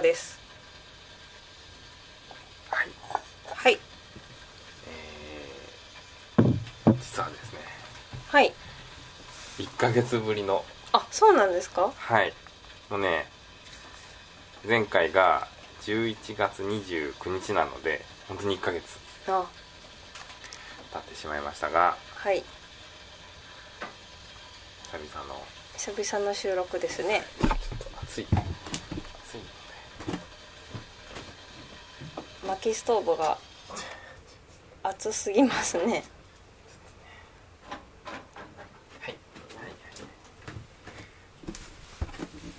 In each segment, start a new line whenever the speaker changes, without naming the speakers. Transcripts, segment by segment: です
はい、
はい
えー、実はですね
はい
1ヶ月ぶりの
あそうなんですか
はいもうね前回が11月29日なので本当に1ヶ月
あ
経ってしまいましたが
はい
久々の
久々の収録ですね
ちょっと暑い暑いの
薪ストーブが熱すぎますね
はいはい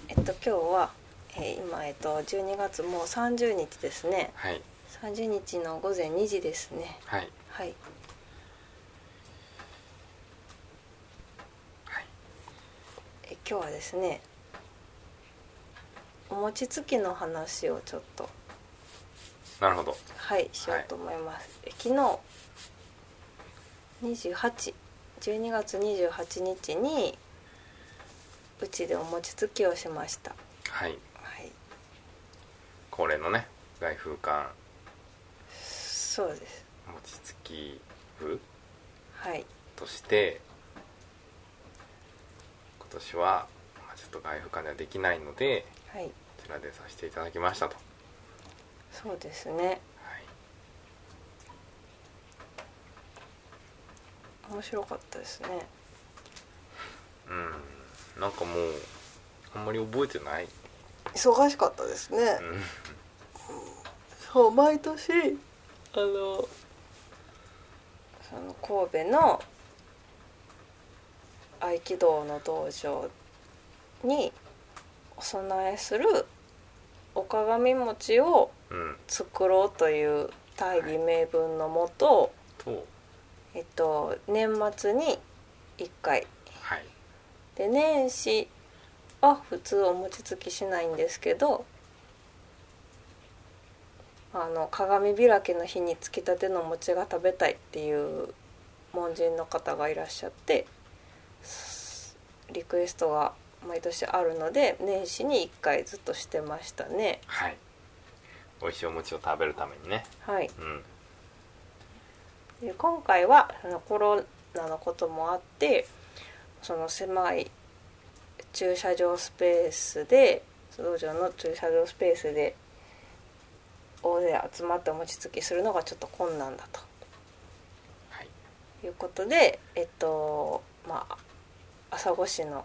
えっと今日は、えー今えっと12月もう30日ですね
はい
30日の午前2時ですね
はい
はい
はい
え今日はですねお餅つきの話をちょっと
なるほど
はいしようと思います、え昨日28 12月28日にうちでお餅つきをしました
はい
はい
恒例のね外風館
そうです
餅つき部
はい
として今年は、まあ、ちょっと外風館ではできないので
はい
こちらでさせていただきましたと、は
そうですね
い、
面白かったですね
うんなんかもうあんまり覚えてない、
忙しかったですね、
うん、
そう毎年あのその神戸の合気道の道場にお供えするお鏡餅を
うん、
作ろうという大義名分のもと、
と
えっと、年末に1回
はい
で年始は普通お餅つきしないんですけどあの鏡開きの日につきたての餅が食べたいっていう門人の方がいらっしゃってすリクエストが毎年あるので年始に1回ずっとしてましたね
はい美味しいお餅を食べるためにね
はい
うん
で今回はあのコロナのこともあってその狭い駐車場スペースで道場の駐車場スペースで大勢集まってお餅つきするのがちょっと困難だ
はい
ということでえっとまあ朝来市の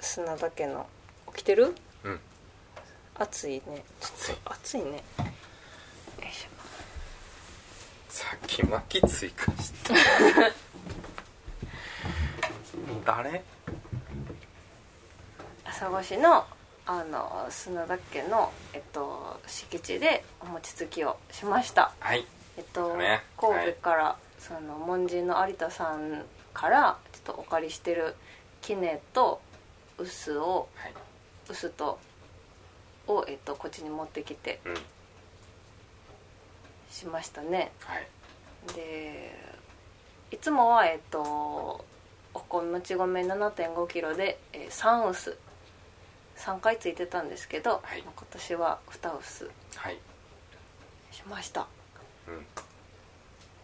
砂田家の起きてる
うん
暑いね
暑い
暑いねよいしょ
さっき巻き追加した 誰
朝来市のあの砂田家の、えっと、敷地でお餅つきをしました、
はい
えっと
ね
神戸から、その門人の有田さんからちょっとお借りしてるキネと臼を
はい
臼とを、えっと、こっちに持ってきて
うん
しましたね
はい
でいつもはえっとお米もち米7 5キロで、えー、3臼3回ついてたんですけど、
はい
今年は2臼
はい
しました
うん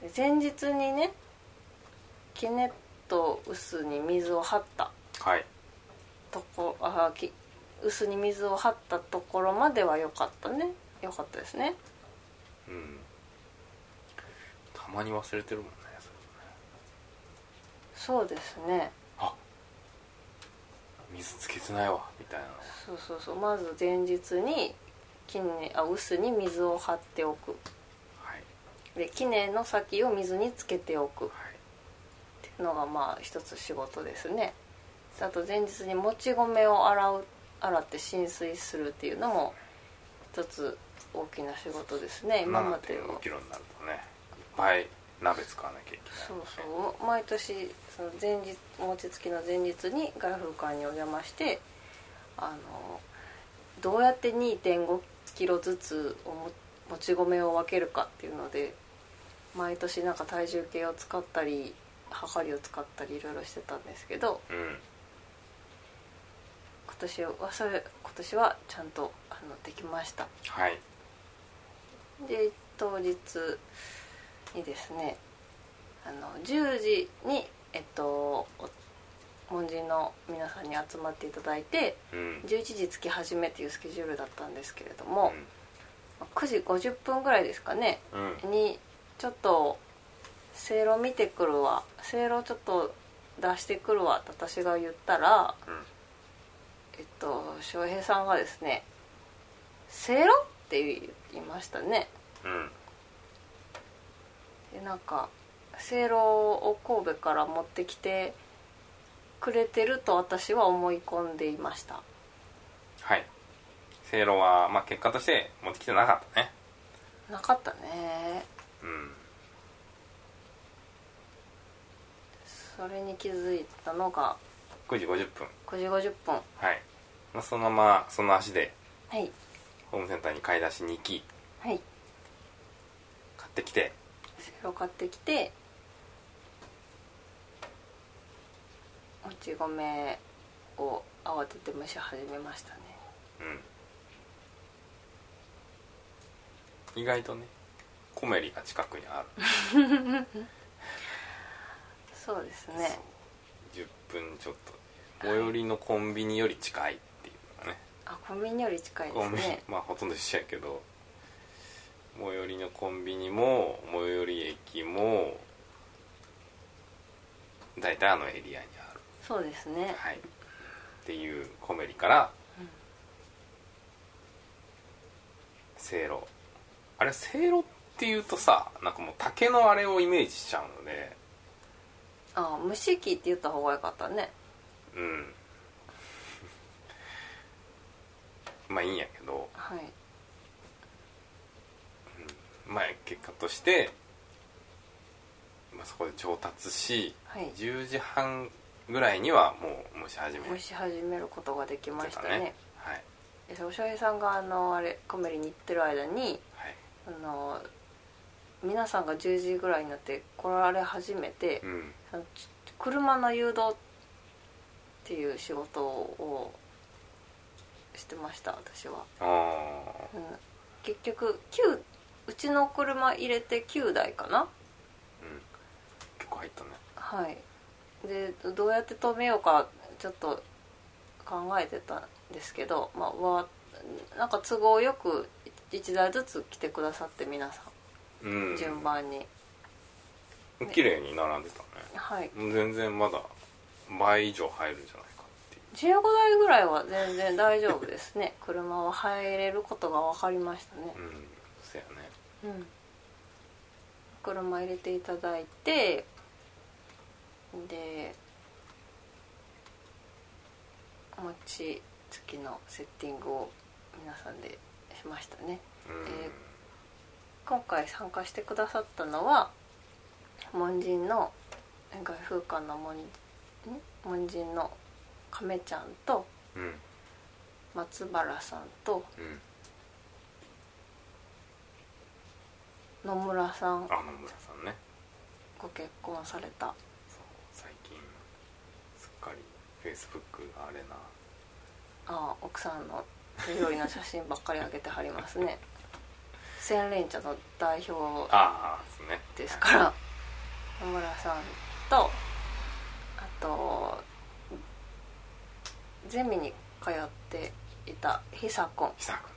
で前日にねキネと臼に水を張った
はい
とこあき臼に水を張ったところまでは良かったね良かったですね
うんたまに忘れてるもんねそれ
そうですね
あ水つけてないわみたいな
そうそうそうまず前日に金あ臼に水を張っておく
はい
でキネの先を水につけておくっ
は
て
い
いうのがまあ一つ仕事ですねあと前日にもち米を洗う洗って浸水するっていうのも一つ大きな仕事ですね今まで
7.5
は
キロになるとねいっぱい鍋使わなきゃいけない
そうそう毎年その前日餅つきの前日に外風館にお邪魔してあのどうやって2 5キロずつおももち米を分けるかっていうので毎年なんか体重計を使ったり量りを使ったりいろいろしてたんですけど
うん
今年はそれ今年はちゃんとあののできました
はい
で当日にですねあの10時にえっとお門人の皆さんに集まっていただいて
うん
11時着き始めっていうスケジュールだったんですけれど
う
も、9時50分ぐらいですかね
んうん
にちょっと「せいろ見てくるわせいろちょっと出してくるわ」って私が言ったらえっと翔平さんがですね「せいろ?」って言いましたね
うん
でなんかせいろを神戸から持ってきてくれてると私は思い込んでいました
はいせいろは、まあ、結果として持ってきてなかったね
なかったね
うん
それに気づいたのが
9時50分
9時50分
はい、まあ、そのままその足で
はい
ホームセンターに買い出しに行き
はい
買ってきて
セロ買ってきてもち米を慌てて蒸し始めましたね
うん意外とねコメリが近くにある、
そうですね
10分ちょっと最寄りのコンビニより近いっていうのがね
あコンビニより近いで
コ
す
ンビニ
ね
まあほとんど一緒やけど最寄りのコンビニも最寄り駅も大体あのエリアにある
そうですね
はいっていうコメリから
うん
せいろあれせいろっていうとさなんかもう竹のあれをイメージしちゃうので
あ蒸し器って言った方が良かったね
うん まあいいんやけど
はい
まあ結果として、まあ、そこで上達し
はい
10時半ぐらいにはもう蒸し始め
蒸し始めることができま
て
した
た
ね
ねはい
でおしょうゆさんがあのあれコメリに行ってる間に
はい
あの皆さんが10時ぐらいになって来られ始めて、
うん
あのち車の誘導っていう仕事をしてました私は、
あ
う
あ
ん、結局9うちの車入れて9台かな
うん結構入ったね
はいでどうやって止めようかちょっと考えてたんですけどまあわなんか都合よく1台ずつ来てくださって皆さ
うん
ん順番に、
綺麗に並んでたね
はい
もう全然まだ倍以上入るんじゃないかっていう
15台ぐらいは全然大丈夫ですね 車は入れることが分かりましたね
うんそうやね
うん車入れていただいてで餅つきのセッティングを皆さんでしましたね
うん、
え今回参加してくださったのは門人の外風館の門ん門人の亀ちゃんと
うん
松原さんと
うん
野村さん
あ野村さんね
ご結婚された
そう最近すっかりフェイスブックがあれな
ああ奥さんの手料理の写真ばっかり上げてはりますね千連茶の代表
ああですね
ですから野村さんとあとゼミに通っていた久子
久くんね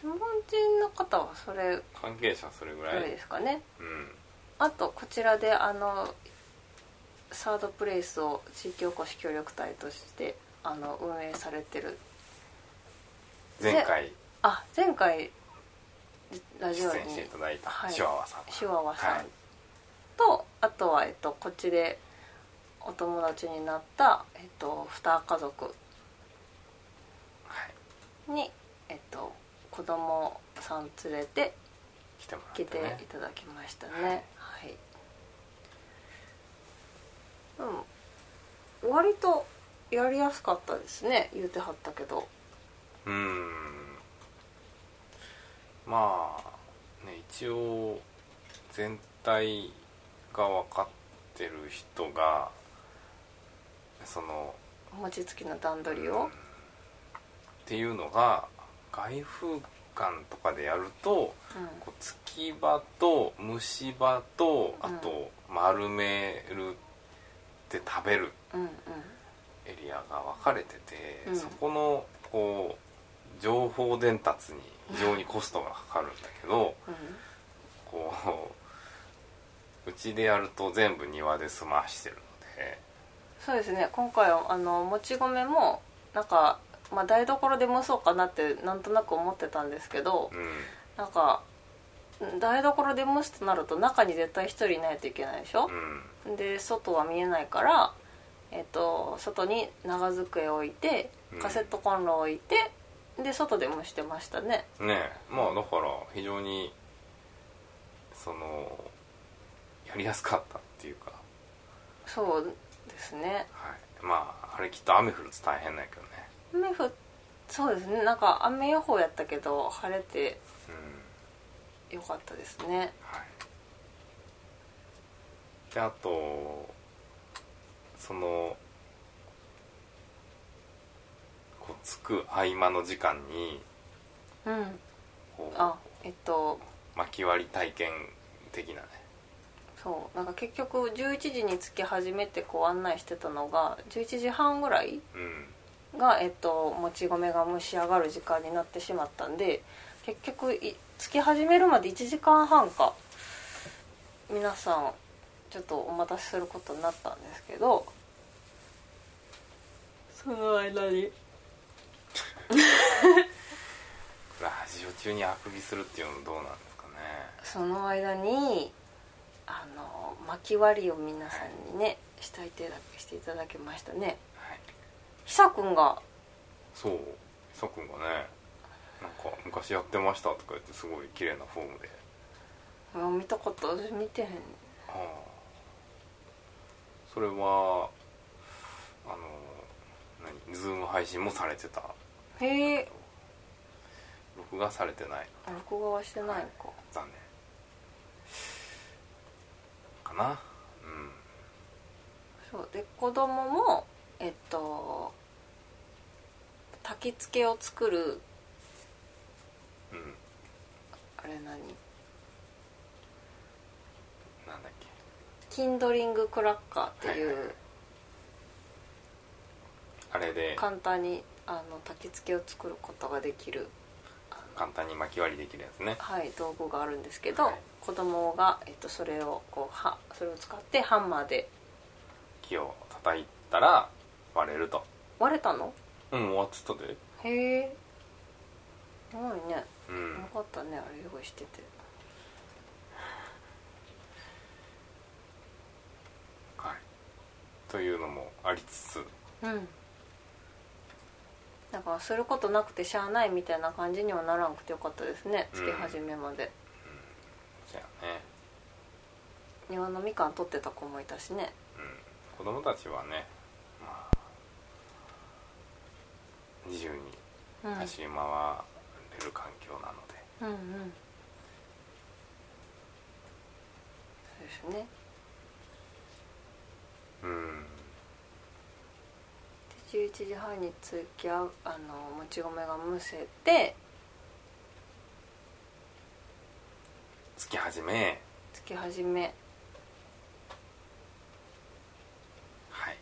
日本人の方はそれ
関係者それぐ
ぐ
らい、
らいですかね、
うん
あとこちらであのサードプレイスを地域おこし協力隊としてあの運営されてる
前回
あ前回ラジ
出
オに
演していただいた
はい
シュワワさん、
シュワワさん、
はい
とあとは、えっと、こっちでお友達になった、えっと、二家族
はい、
に、えっと、子供さん連れて
来てもらっ
来
て、
て
ね、
いただきましたねはい、うん割とやりやすかったですね言うてはったけど
うーんまあね一応全体が分かってる人がその
餅つきの段取り
うん
を
っ、ていうのが外風館とかでやると
うん
こう突き場と虫歯と
う
あ
ん
と丸めるって食べる
うんうん
エリアが分かれてて、
うん
そこのこう情報伝達に非常にコストがかかるんだけど
う
こううちでやると全部庭で済ましてるので
ん、そうですね今回はあのもち米もなんか、まあ、台所で蒸そうかなってなんとなく思ってたんですけど、
う
なんかうん台所で蒸すとなると中に絶対一人いないといけないでしょ
ん、うん
で外は見えないから、えっと外に長机を置いて
うん
カセットコンロを置いて、で外で蒸してましたね
ねえまあだから非常にそのやりやすかったっていうか、
そうですね
はい、まああれきっと雨降ると大変だけどね
雨降っそうですねなんか雨予報やったけど晴れて
うん
よかったですね
はいであとそのこうつく合間の時間に
うん
こ
あ
う
えっと
薪割り体験的なね
そうなんか結局11時に着き始めてこう案内してたのが11時半ぐらい
うん
が、えっと、もち米が蒸し上がる時間になってしまったんで結局いつき始めるまで1時間半か皆さんちょっとお待たせすることになったんですけどその間に
これラジオ中にあくびするっていうのどうなんですかね
その間にあの薪割りを皆さんにねしたい手だけしていただきましたね
はい
久くんが
そうさくんがねなんか昔やってましたとか言ってすごい綺麗なフォームで
あ見たこと見てへん
ああそれはあの何ズーム配信もされてた
へえ
録画されてない
録画はしてないのか
残念かなうん
そうで子供もえっと焚き付けを作る
うん
あれ何
なんだっけ
キンドリングクラッカーってい
はいはいうあれで
簡単にあの焚き付けを作ることができる
簡単に巻き割りできるやつね
はい道具があるんですけど、
はい
子供がえっとそれをこうはそれを使ってハンマーで
木を叩いたら割れると
割れたの
うん終わってたで
へえすごいね
う
よ
ん
かったねあれ用意してて
はいというのもありつつ
うんだからすることなくてしゃあないみたいな感じにはならんくてよかったですね
うん
月始めまで、
じゃあね、
庭のみかん取ってた子もいたしね
うん、子供たちはねまあ自由に
うん
走り回れる環境なので、
うんうんそうですね
うん
で11時半に着きああのもち米がむせて
月始め
つき始め
はい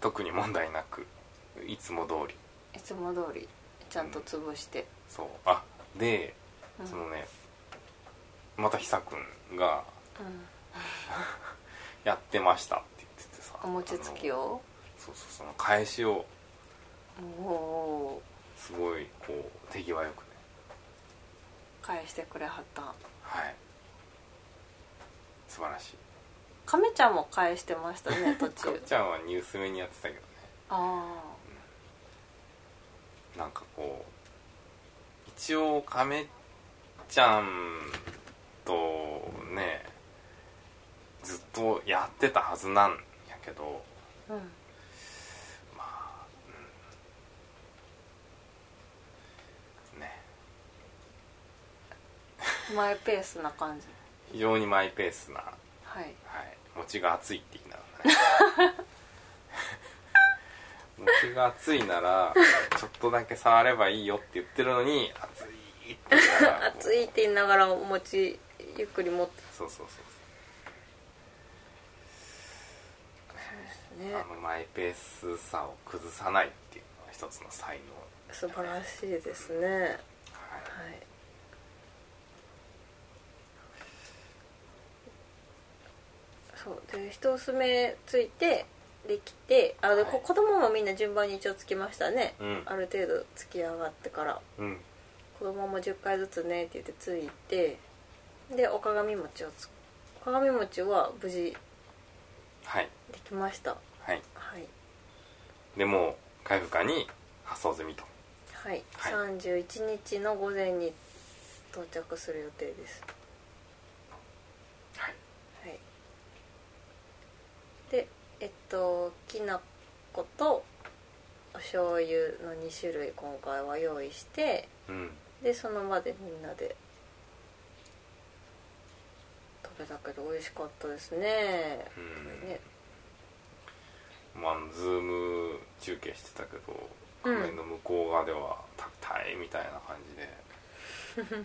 特に問題なくいつも通り
いつも通りちゃんと潰して、
そうあで
うん
そのねまた久くんが
うん
「やってました」って言っててさ
お餅つき
あの
を
そうそうその返しを
おお
すごいこう手際よくね
ー返してくれはった
はい素晴らしい
亀ちゃんも返してました ね途
かっ
中
ちゃんはニュース目にやってたけどね
あ
なんかこう一応亀ちゃんとねずっとやってたはずなんやけど
あうん
まあ、うん、ね
マイペースな感じ
非常にマイペースな、は
はい
い、餅が熱いって言いながらね 餅が熱いならちょっとだけ触ればいいよって言ってるのに熱いって言うから
熱いって言いながらお餅ゆっくり持って
そうそうそうそう
ね
あのマイペースさを崩さないっていうのは一つの才能、
素晴らしいですね
はい
はいそうで一つ目ついてできてあで、こ
はい
子供もみんな順番に一応つきましたね、
うん
ある程度つき上がってから
うん
子供も10回ずつねって言ってついてでお鏡餅をつお鏡餅は無事
はい
できました
はい
はい
でもう回復課に発送済みと
はい、
はい
31日の午前に到着する予定です
はい
はいでえっときな粉とお醤油の2種類今回は用意して
うん
でその場でみんなで食べたけど美味しかったですね
うん
ね
まあズーム中継してたけど画面の向こう側では食べたいみたいな感じで、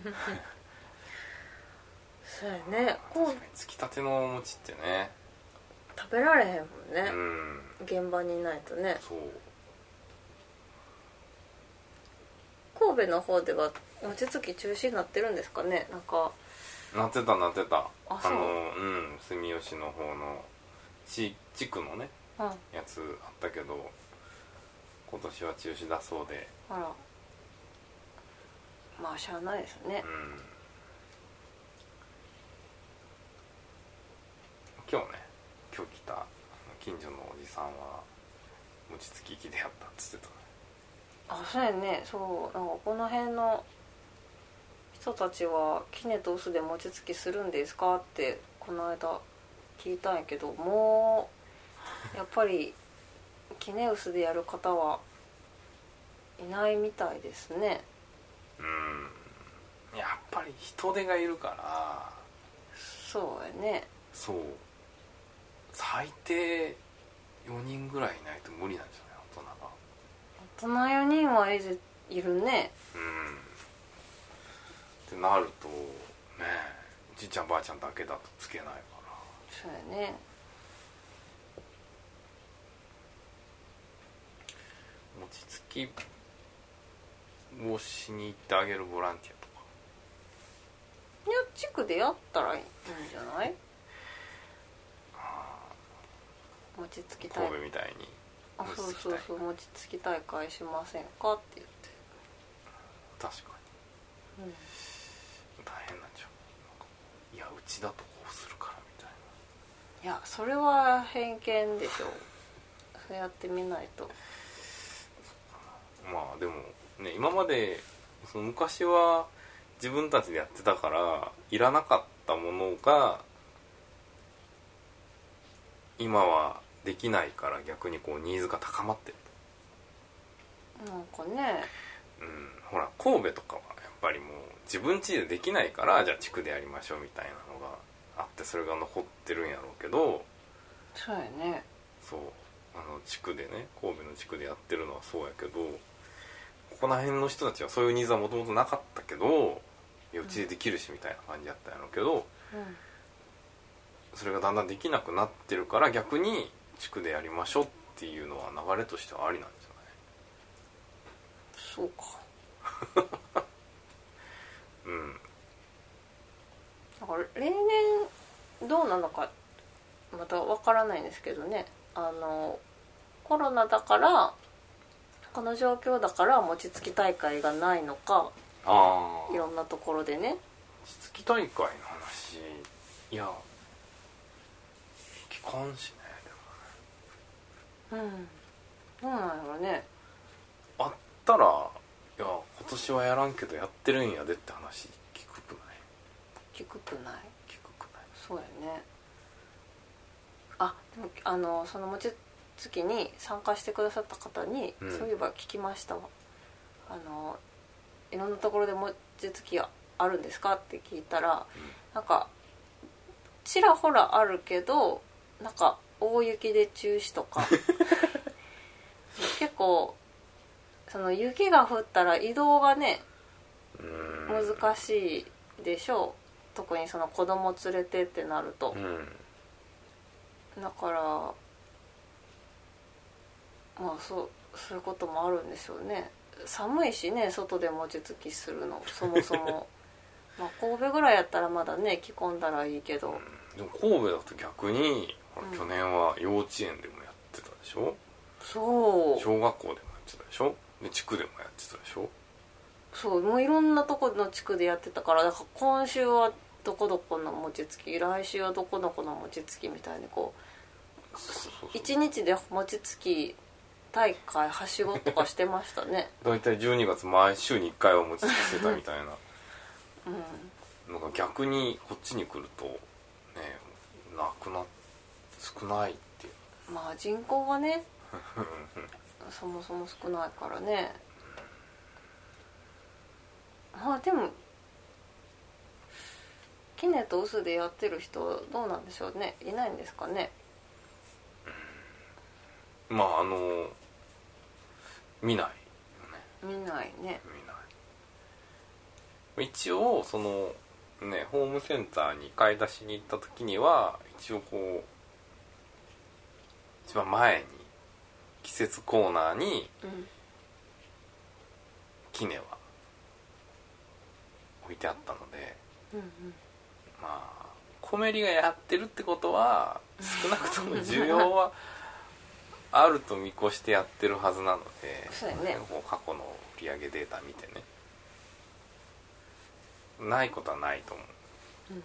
そうやねこ
確
う
かにつきたてのお餅ってね
食べられへんもん
う
ね、
ん
現場にいないとね
そう
神戸の方では餅つき中止になってるんですかねなんか
なってたなってた
あそう
のうん住吉の方の地地区のね
うんあ
やつあったけど今年は中止だそうで
らまあしゃあないですね
うん今日ね今日来たあの近所のおじさんは餅つき機でやったっつってたね
あそうやねそうなんかこの辺の人たちは「キネとスで餅つきするんですか?」ってこの間聞いたんやけどもうやっぱりキネウスでやる方はいないみたいですね
うんやっぱり人手がいるから
そうやね
そう最低4人ぐらいいないと無理なんじゃない
大人4人はいるいるね
大人がうんってなるとねえじいちゃんばあちゃんだけだとつけないから
そうやね
餅つきをしに行ってあげるボランティアと
い
か
や地区でやったらいいんじゃない餅つき大
神戸
会
みたいに
あ
餅
そう
つき
そう
大会
そう餅つき大会しませんかって言って
確か
うん
に大変なんじゃうなんかいやうちだとこうするからみたいな
や
い
それは偏見でしょそうやってみないと
まあでもね今までその昔は自分たちでやってたからいらなかったものが今はできないから逆にこうニーズが高まってる、
なんかね
うん、ほら神戸とかはやっぱりもう自分家でできないからじゃあ地区でやりましょうみたいなのがあってそれが残ってるんやろうけど
そうやね
そうあの地区でね神戸の地区でやってるのはそうやけどここら辺の人たちはそういうニーズはもともとなかったけどいやうちでできるしみたいな感じだったんやろうけど
うん
それがだんだんできなくなってるから逆に地区でやりましょうっていうのは流れとしてはありなんじゃ
そうか
ないうん
だから例年どうなのかまたわからないんですけどねあのコロナだからこの状況だから餅つき大会がないのか
あ
いろんなところでね
餅つき大会の話いや聞かんしねでも
うんどうなんやろね
あったらいや今年はやらんけどやってるんやでって話聞くくない
聞くくない
聞くくない
そうやねあでもあのその餅つきに参加してくださった方に、
うん
そういえば聞きましたわあのいろんなところで餅つきがあるんですかって聞いたら、
うん
なんかちらほらあるけどなんか大雪で中止と か結構その雪が降ったら移動がね
うん
難しいでしょう特にその子供連れてってなると
うん
だからまあそうそういうこともあるんでしょうね寒いしね外で餅つきするのそもそもまあ神戸ぐらいやったらまだね着込んだらいいけど
でも神戸だと逆にほら
うん
去年は幼稚園でもやってたでしょ、
そう
小学校でもやってたでしょで地区でもやってたでしょ
そうもういろんなとこの地区でやってたからだから今週はどこどこの餅つき来週はどこどこの餅つきみたいにこ
そうそう
う
そう
1日で餅つき大会はしごとかしてましたね
大体12月毎週に1回は持ちつきしてたみたいな
うん
のが逆にこっちに来るとねなくな少ないっていう
まあ人口が ねそもそも少ないからねまあでもキネとウスでやってる人どうなんでしょうねいないんですかね
まああの見ないよ
見
ね
ないね
見ない一応そのねホームセンターに買い出しに行った時には一応こう一番前に季節コーナーに
うん
キネは置いてあったので
うん
まあコメリがやってるってことは少なくとも需要 はあると見越してやってるはずなので
そうやね
こう過去の売上データ見てねないことはないと思う
うん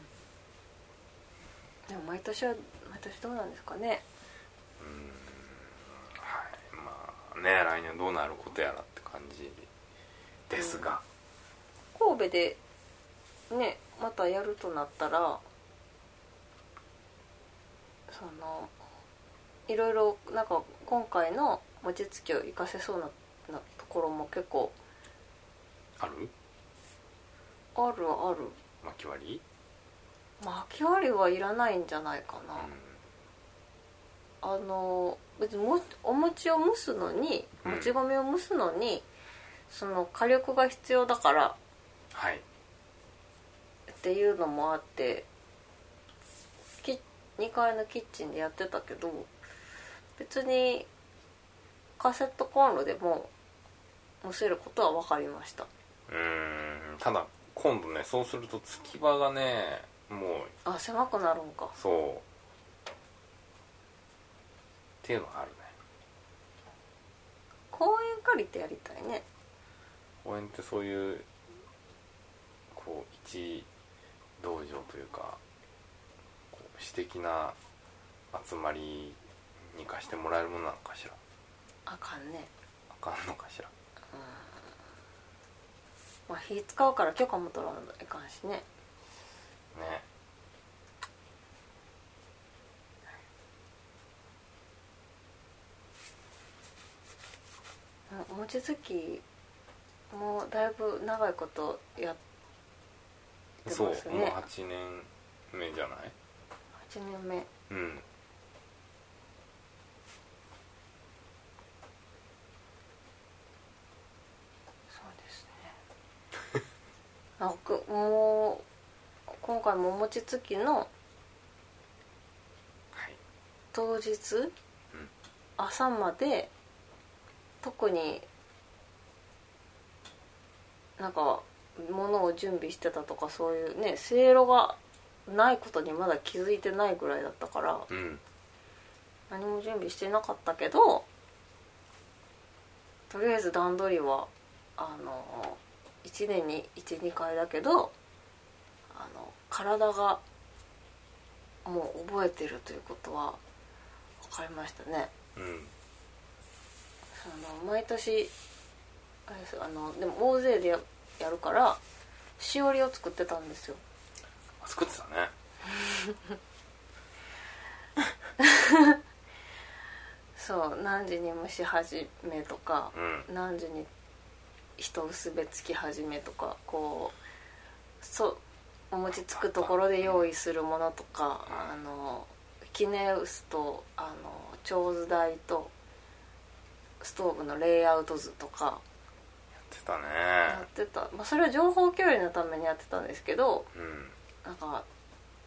でも毎年は毎年どうなんですかね
はいまあね来年どうなることやらって感じですが、
神戸でねまたやるとなったらそのいろいろなんか今回の餅つきを活かせそうななところも結構
ある
あるはある
巻き割り、
巻き割りはいらないんじゃないかな、あの別にもお餅を蒸すのに
うん
もち米を蒸すのに、その火力が必要だから
はい
っていうのもあってキ2階のキッチンでやってたけど別にカセットコンロでも蒸せることは分かりました
うーんただ今度ねそうするとつき場がねもう
あ狭くなるんか
そうっていうのがあるね
公園借りてやりたいね
公園ってそういうこう一道場というかこう私的な集まりに貸してもらえるものなのかしら
あかんね
あかんのかしら
まあ火使うから許可も取らないかんしね
ね
もう餅つきもうだいぶ長いことやっ出ます
そう
ね
もう8年目じゃない
8年目
うん
そうですねあくもう今回もお餅つきの
はい
当日、朝まで特になんか物を準備してたとかそういうねせいろがないことにまだ気づいてないぐらいだったから
うん
何も準備してなかったけどとりあえず段取りはあの1年に12回だけどあの体がもう覚えてるということは分かりましたね。
うん
その毎年あれですあのでも大勢でややるからしおりを作ってたんですよ
あ作ってたね
そう何時に蒸し始めとか
うん
何時に人薄べつき始めとかこうそうお餅つくところで用意するものとか
うん
あのキネウスとあの長図台とストーブのレイアウト図とか
ってたね
やってた、まあ、それは情報共有のためにやってたんですけど
うん
なんか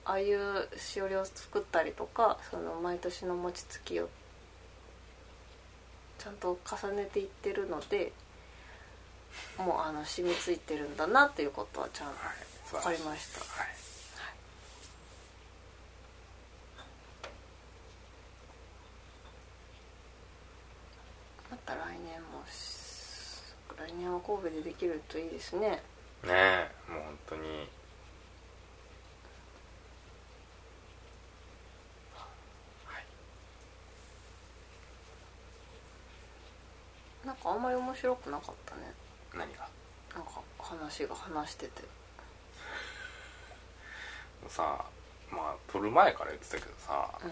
ああいうしおりを作ったりとかその毎年の餅つきをちゃんと重ねていってるのでもうあの染みついてるんだなっていうことはちゃんと
はい素晴
分
らし
か
い
りました
はい
また来年もし来年は神戸でできるといいですね
ねえもう本当に
なんかあんまり面白くなかったね
何が
な
も
んか話が話してて
うさまあ撮る前から言ってたけどさ
うん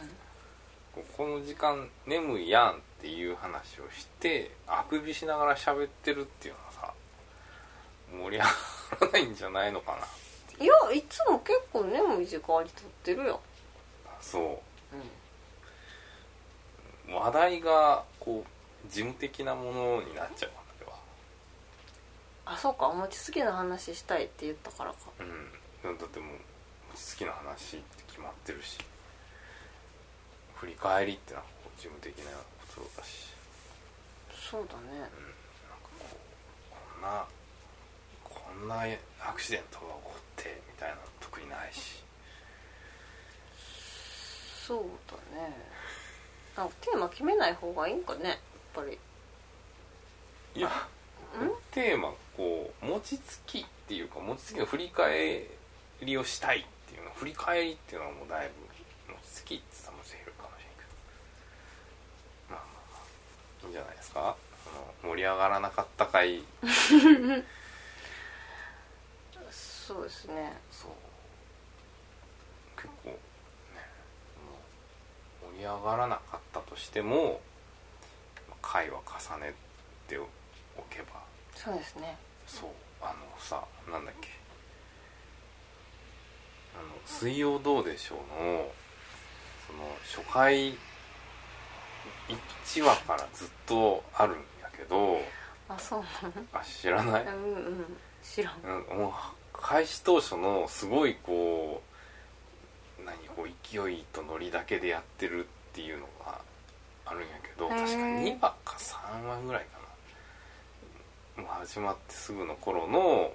こうこの時間眠いやんっていう話をしてあくびしながら喋ってるっていうのはさ盛り上がらないんじゃないのかない
やいつも結構眠い時間にとってるよ
そ
うん
う話題がこう事務的なものになっちゃうわけは
あそうかお餅つきの話したいって言ったからか
うんだってもう好きな話って決まってるし振り返りってのはこう事務的なことだし
そうだね
なんかこうこんなこんなアクシデントが起こってみたいなの特にないし
そうだねなんかテーマ決めない方がいいんかねやっぱり
いやテーマこう餅つきっていうか餅つきの振り返りをしたいっていうの振り返りっていうのはもうだいぶ餅つきって言ったらもう減るかもしれんけどまあまあまあいいんじゃないですかその盛り上がらなかった回
そうですね
そう結構ねもう盛り上がらなかったとしても回は重ねておけば
そうですね
そうあのさなんだっけあの「水曜どうでしょうの」その初回1話からずっとあるんやけど
あそう
あ知らない
な のうんうん知らん
うんもう開始当初のすごいこう何こう勢いとノリだけでやってるっていうのがあるんやけど
へー
確か2話か3話ぐらいかなもう始まってすぐの頃の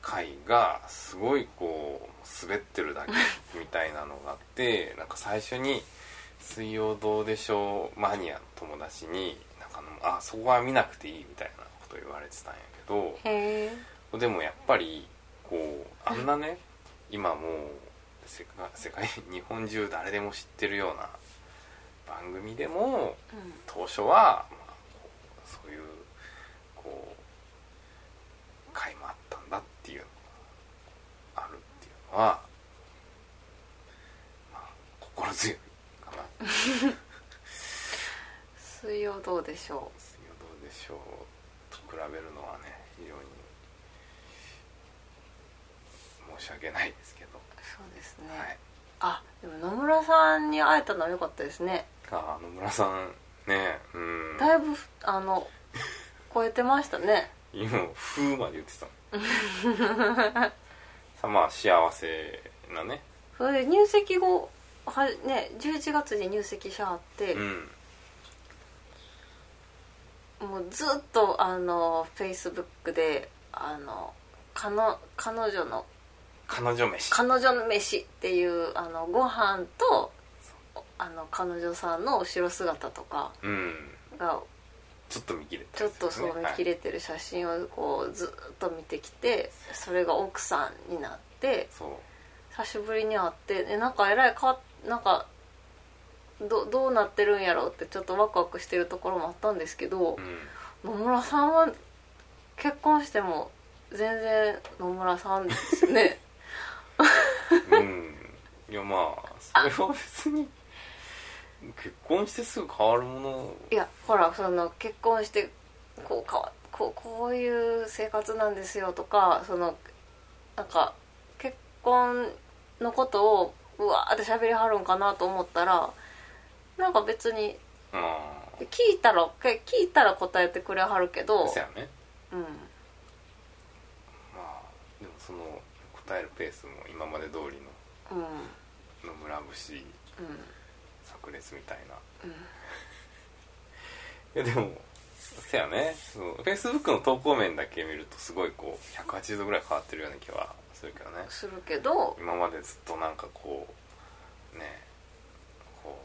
回がすごいこう滑ってるだけみたいなのがあって なんか最初に「水曜どうでしょう」マニアの友達になんかあのあそこは見なくていいみたいなこと言われてたんやけど。
へえ
でもやっぱりこうあんなね今もう世界世界日本中誰でも知ってるような番組でも
うん
当初は、まあ、こうそういうこう回もあったんだっていうのがあるっていうのは、まあ、心強いかな
水曜どうでしょ
水曜どうでしょうと比べるのはね非常に申し訳ないですけど、
うそうですね、
はい
あでも野村さんに会えたのは良かったですね
あ野村さんねうん
だいぶあの超えてましたね
今「ふ」まで言ってたの さあまあ幸せなね
それで入籍後はね11月に入籍しはって、
うん
もうずっとあのフェイスブックであの彼の彼女の
彼女飯
彼女の飯っていうあのご飯とあの彼女さんの後ろ姿とか
うん
が
ちょっと見切れ
ちょっとそう見切
れ
れてる写真をこうずっと見てきてそれが奥さんになって
そう
久しぶりに会ってえなんかえらいかなんかどどうなってるんやろうってちょっとワクワクしてるところもあったんですけど
う、ん
野村さんは結婚しても全然野村さんですね
うんいやまあそれは別に結婚してすぐ変わるもの
いやほらその結婚してこうかわこうこういう生活なんですよとかそのなんか結婚のことをうわーって喋りはるんかなと思ったらなんか別に
ああ
聞いたらけ聞いたら答えてくれはるけど
そうやね
うん
まあでもその答えるペースも今まで通り
うん
の野村節
うん
炸裂みたいな
うん
いやでもせやねそのフェイスブックの投稿面だけ見るとすごいこう180度ぐらい変わってるような気はするけどね
するけど
今までずっとなんかこうねこ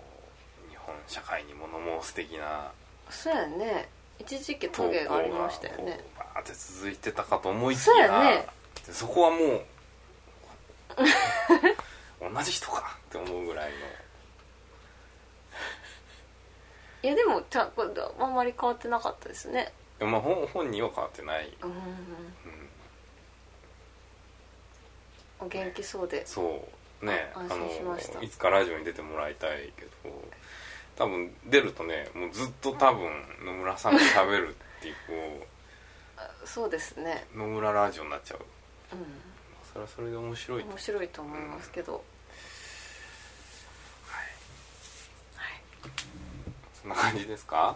う日本社会に物申す的な
そうやね一時期ト
投稿
ゲ
が
がありましたよ
こう
ね
バーって続いてたかと思いき
そうや
や
ね
でそこはもう 同じ人かって思うぐらい
いやでもちゃんこれあんまり変わってなかったですね
のまあ本本人は変わってない、
うん
うん、
お元気そうで
そうね
あ安
あ
心しました
のいつかラジオに出てもらいたいけど多分出るとねもうずっと多分野村さんが喋るっていうこ
そうですね
う野村ラジオになっちゃう
うん
それはそれで面白いと
面白いと思いますけどはい
そんな感じですか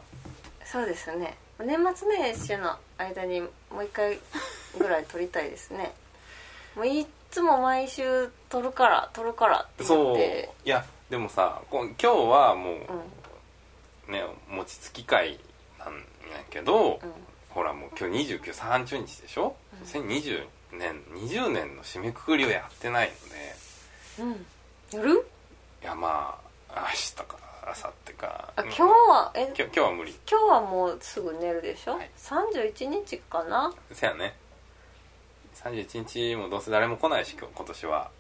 そうですね年末年始の間にもう一回ぐらい撮りたいです ねもういっつも毎週撮るから撮るからって言っ
そう
て
いやでもさこ今日はも
う
うね餅つき会なんやけど、
ん
ほらもう今日2930日でしょ、
うん
2020年20年の締めくくりをやってないので
うん、うん、やる
いやまあ明日か明後日か
あ
うん
今日はえ
今日今日は無理
今日はもうすぐ寝るでしょ、
はい
31日かな
せやね31日もどうせ誰も来ないし今日今年は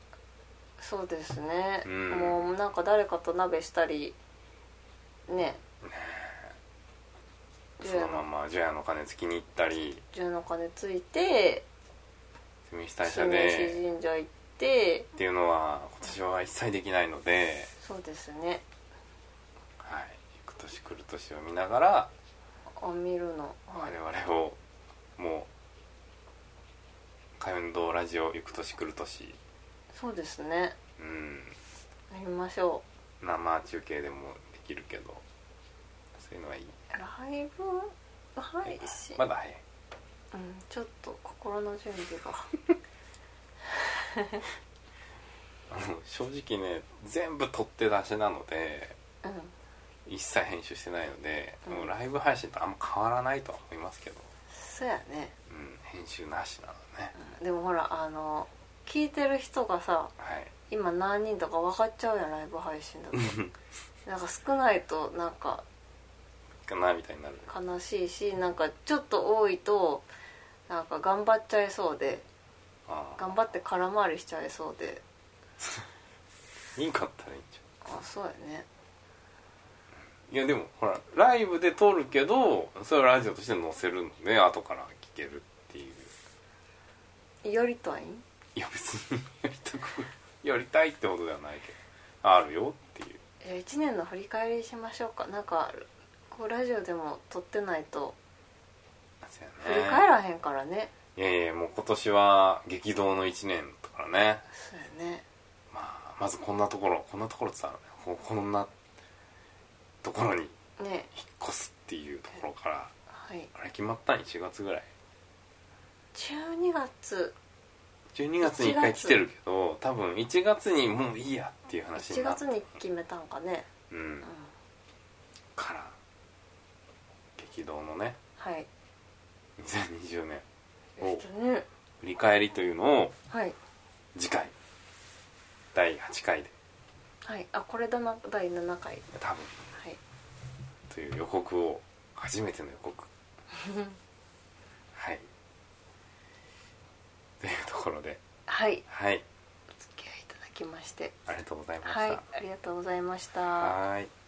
そうですね、
うん
もうなんか誰かと鍋したりね
そ
10
のまま除夜の鐘つきに行ったり
10の鐘ついて
住吉大社
神
で
神社行って
っていうのは今年は一切できないので、
そうですね
はい、行く年来る年を見ながら
あ見るのはい
我々をもう「火運動ラジオ行く年来る年
そうですね」
うん
やりましょ
生中継でもできるけどそういうのはいいう
ライブ配信、
まだ早い
うん、ちょっと心の準備が
あの正直ね全部取って出しなので
うん
一切編集してないので、
うん
もうライブ配信とあんま変わらないとは思いますけど、
そうやね、
うん、編集なしなのね、
うん、でもほらあの聞いてる人がさ
はい
今何人とか分かっちゃうやんライブ配信だとなんか少ないとなんか
かなみたいになる
悲しいしなんかちょっと多いとなんか頑張っちゃいそうで
ああ
頑張って空回りしちゃいそうで
いいかったらいいんじゃ
あそうやね
んいやでもほらライブで撮るけどそれをラジオとして載せるので後から聞けるっていう
よりとはいん
いや別にやりたくやりたいってことではないけどあるよっていう
じゃあ1年の振り返りしましょうかなんかこうラジオでも撮ってないと
そう
振
や
り
ね
返らへんからね、
いやいやもう今年は激動の1年だからね
そうやね
まあ、まずこんなところこんなところって言ったらねここんなところに引っ
ね
越すっていうところから
はい
あれ決まったん1月ぐらい
12月
12月に1回来てるけど多分1月にもういいやっていう話
1
になっ
月に決めたんかね
うん
うん
から激動のね
はい
2020年
え
お
っとね
振り返りというのを
はい
次回第8回で
はいあこれだな第7回
多分
はい
という予告を初めての予告はいというところで
はい
はい
お付き合いいただきまして
ありがとうございました。
はいありがとうございました
はーい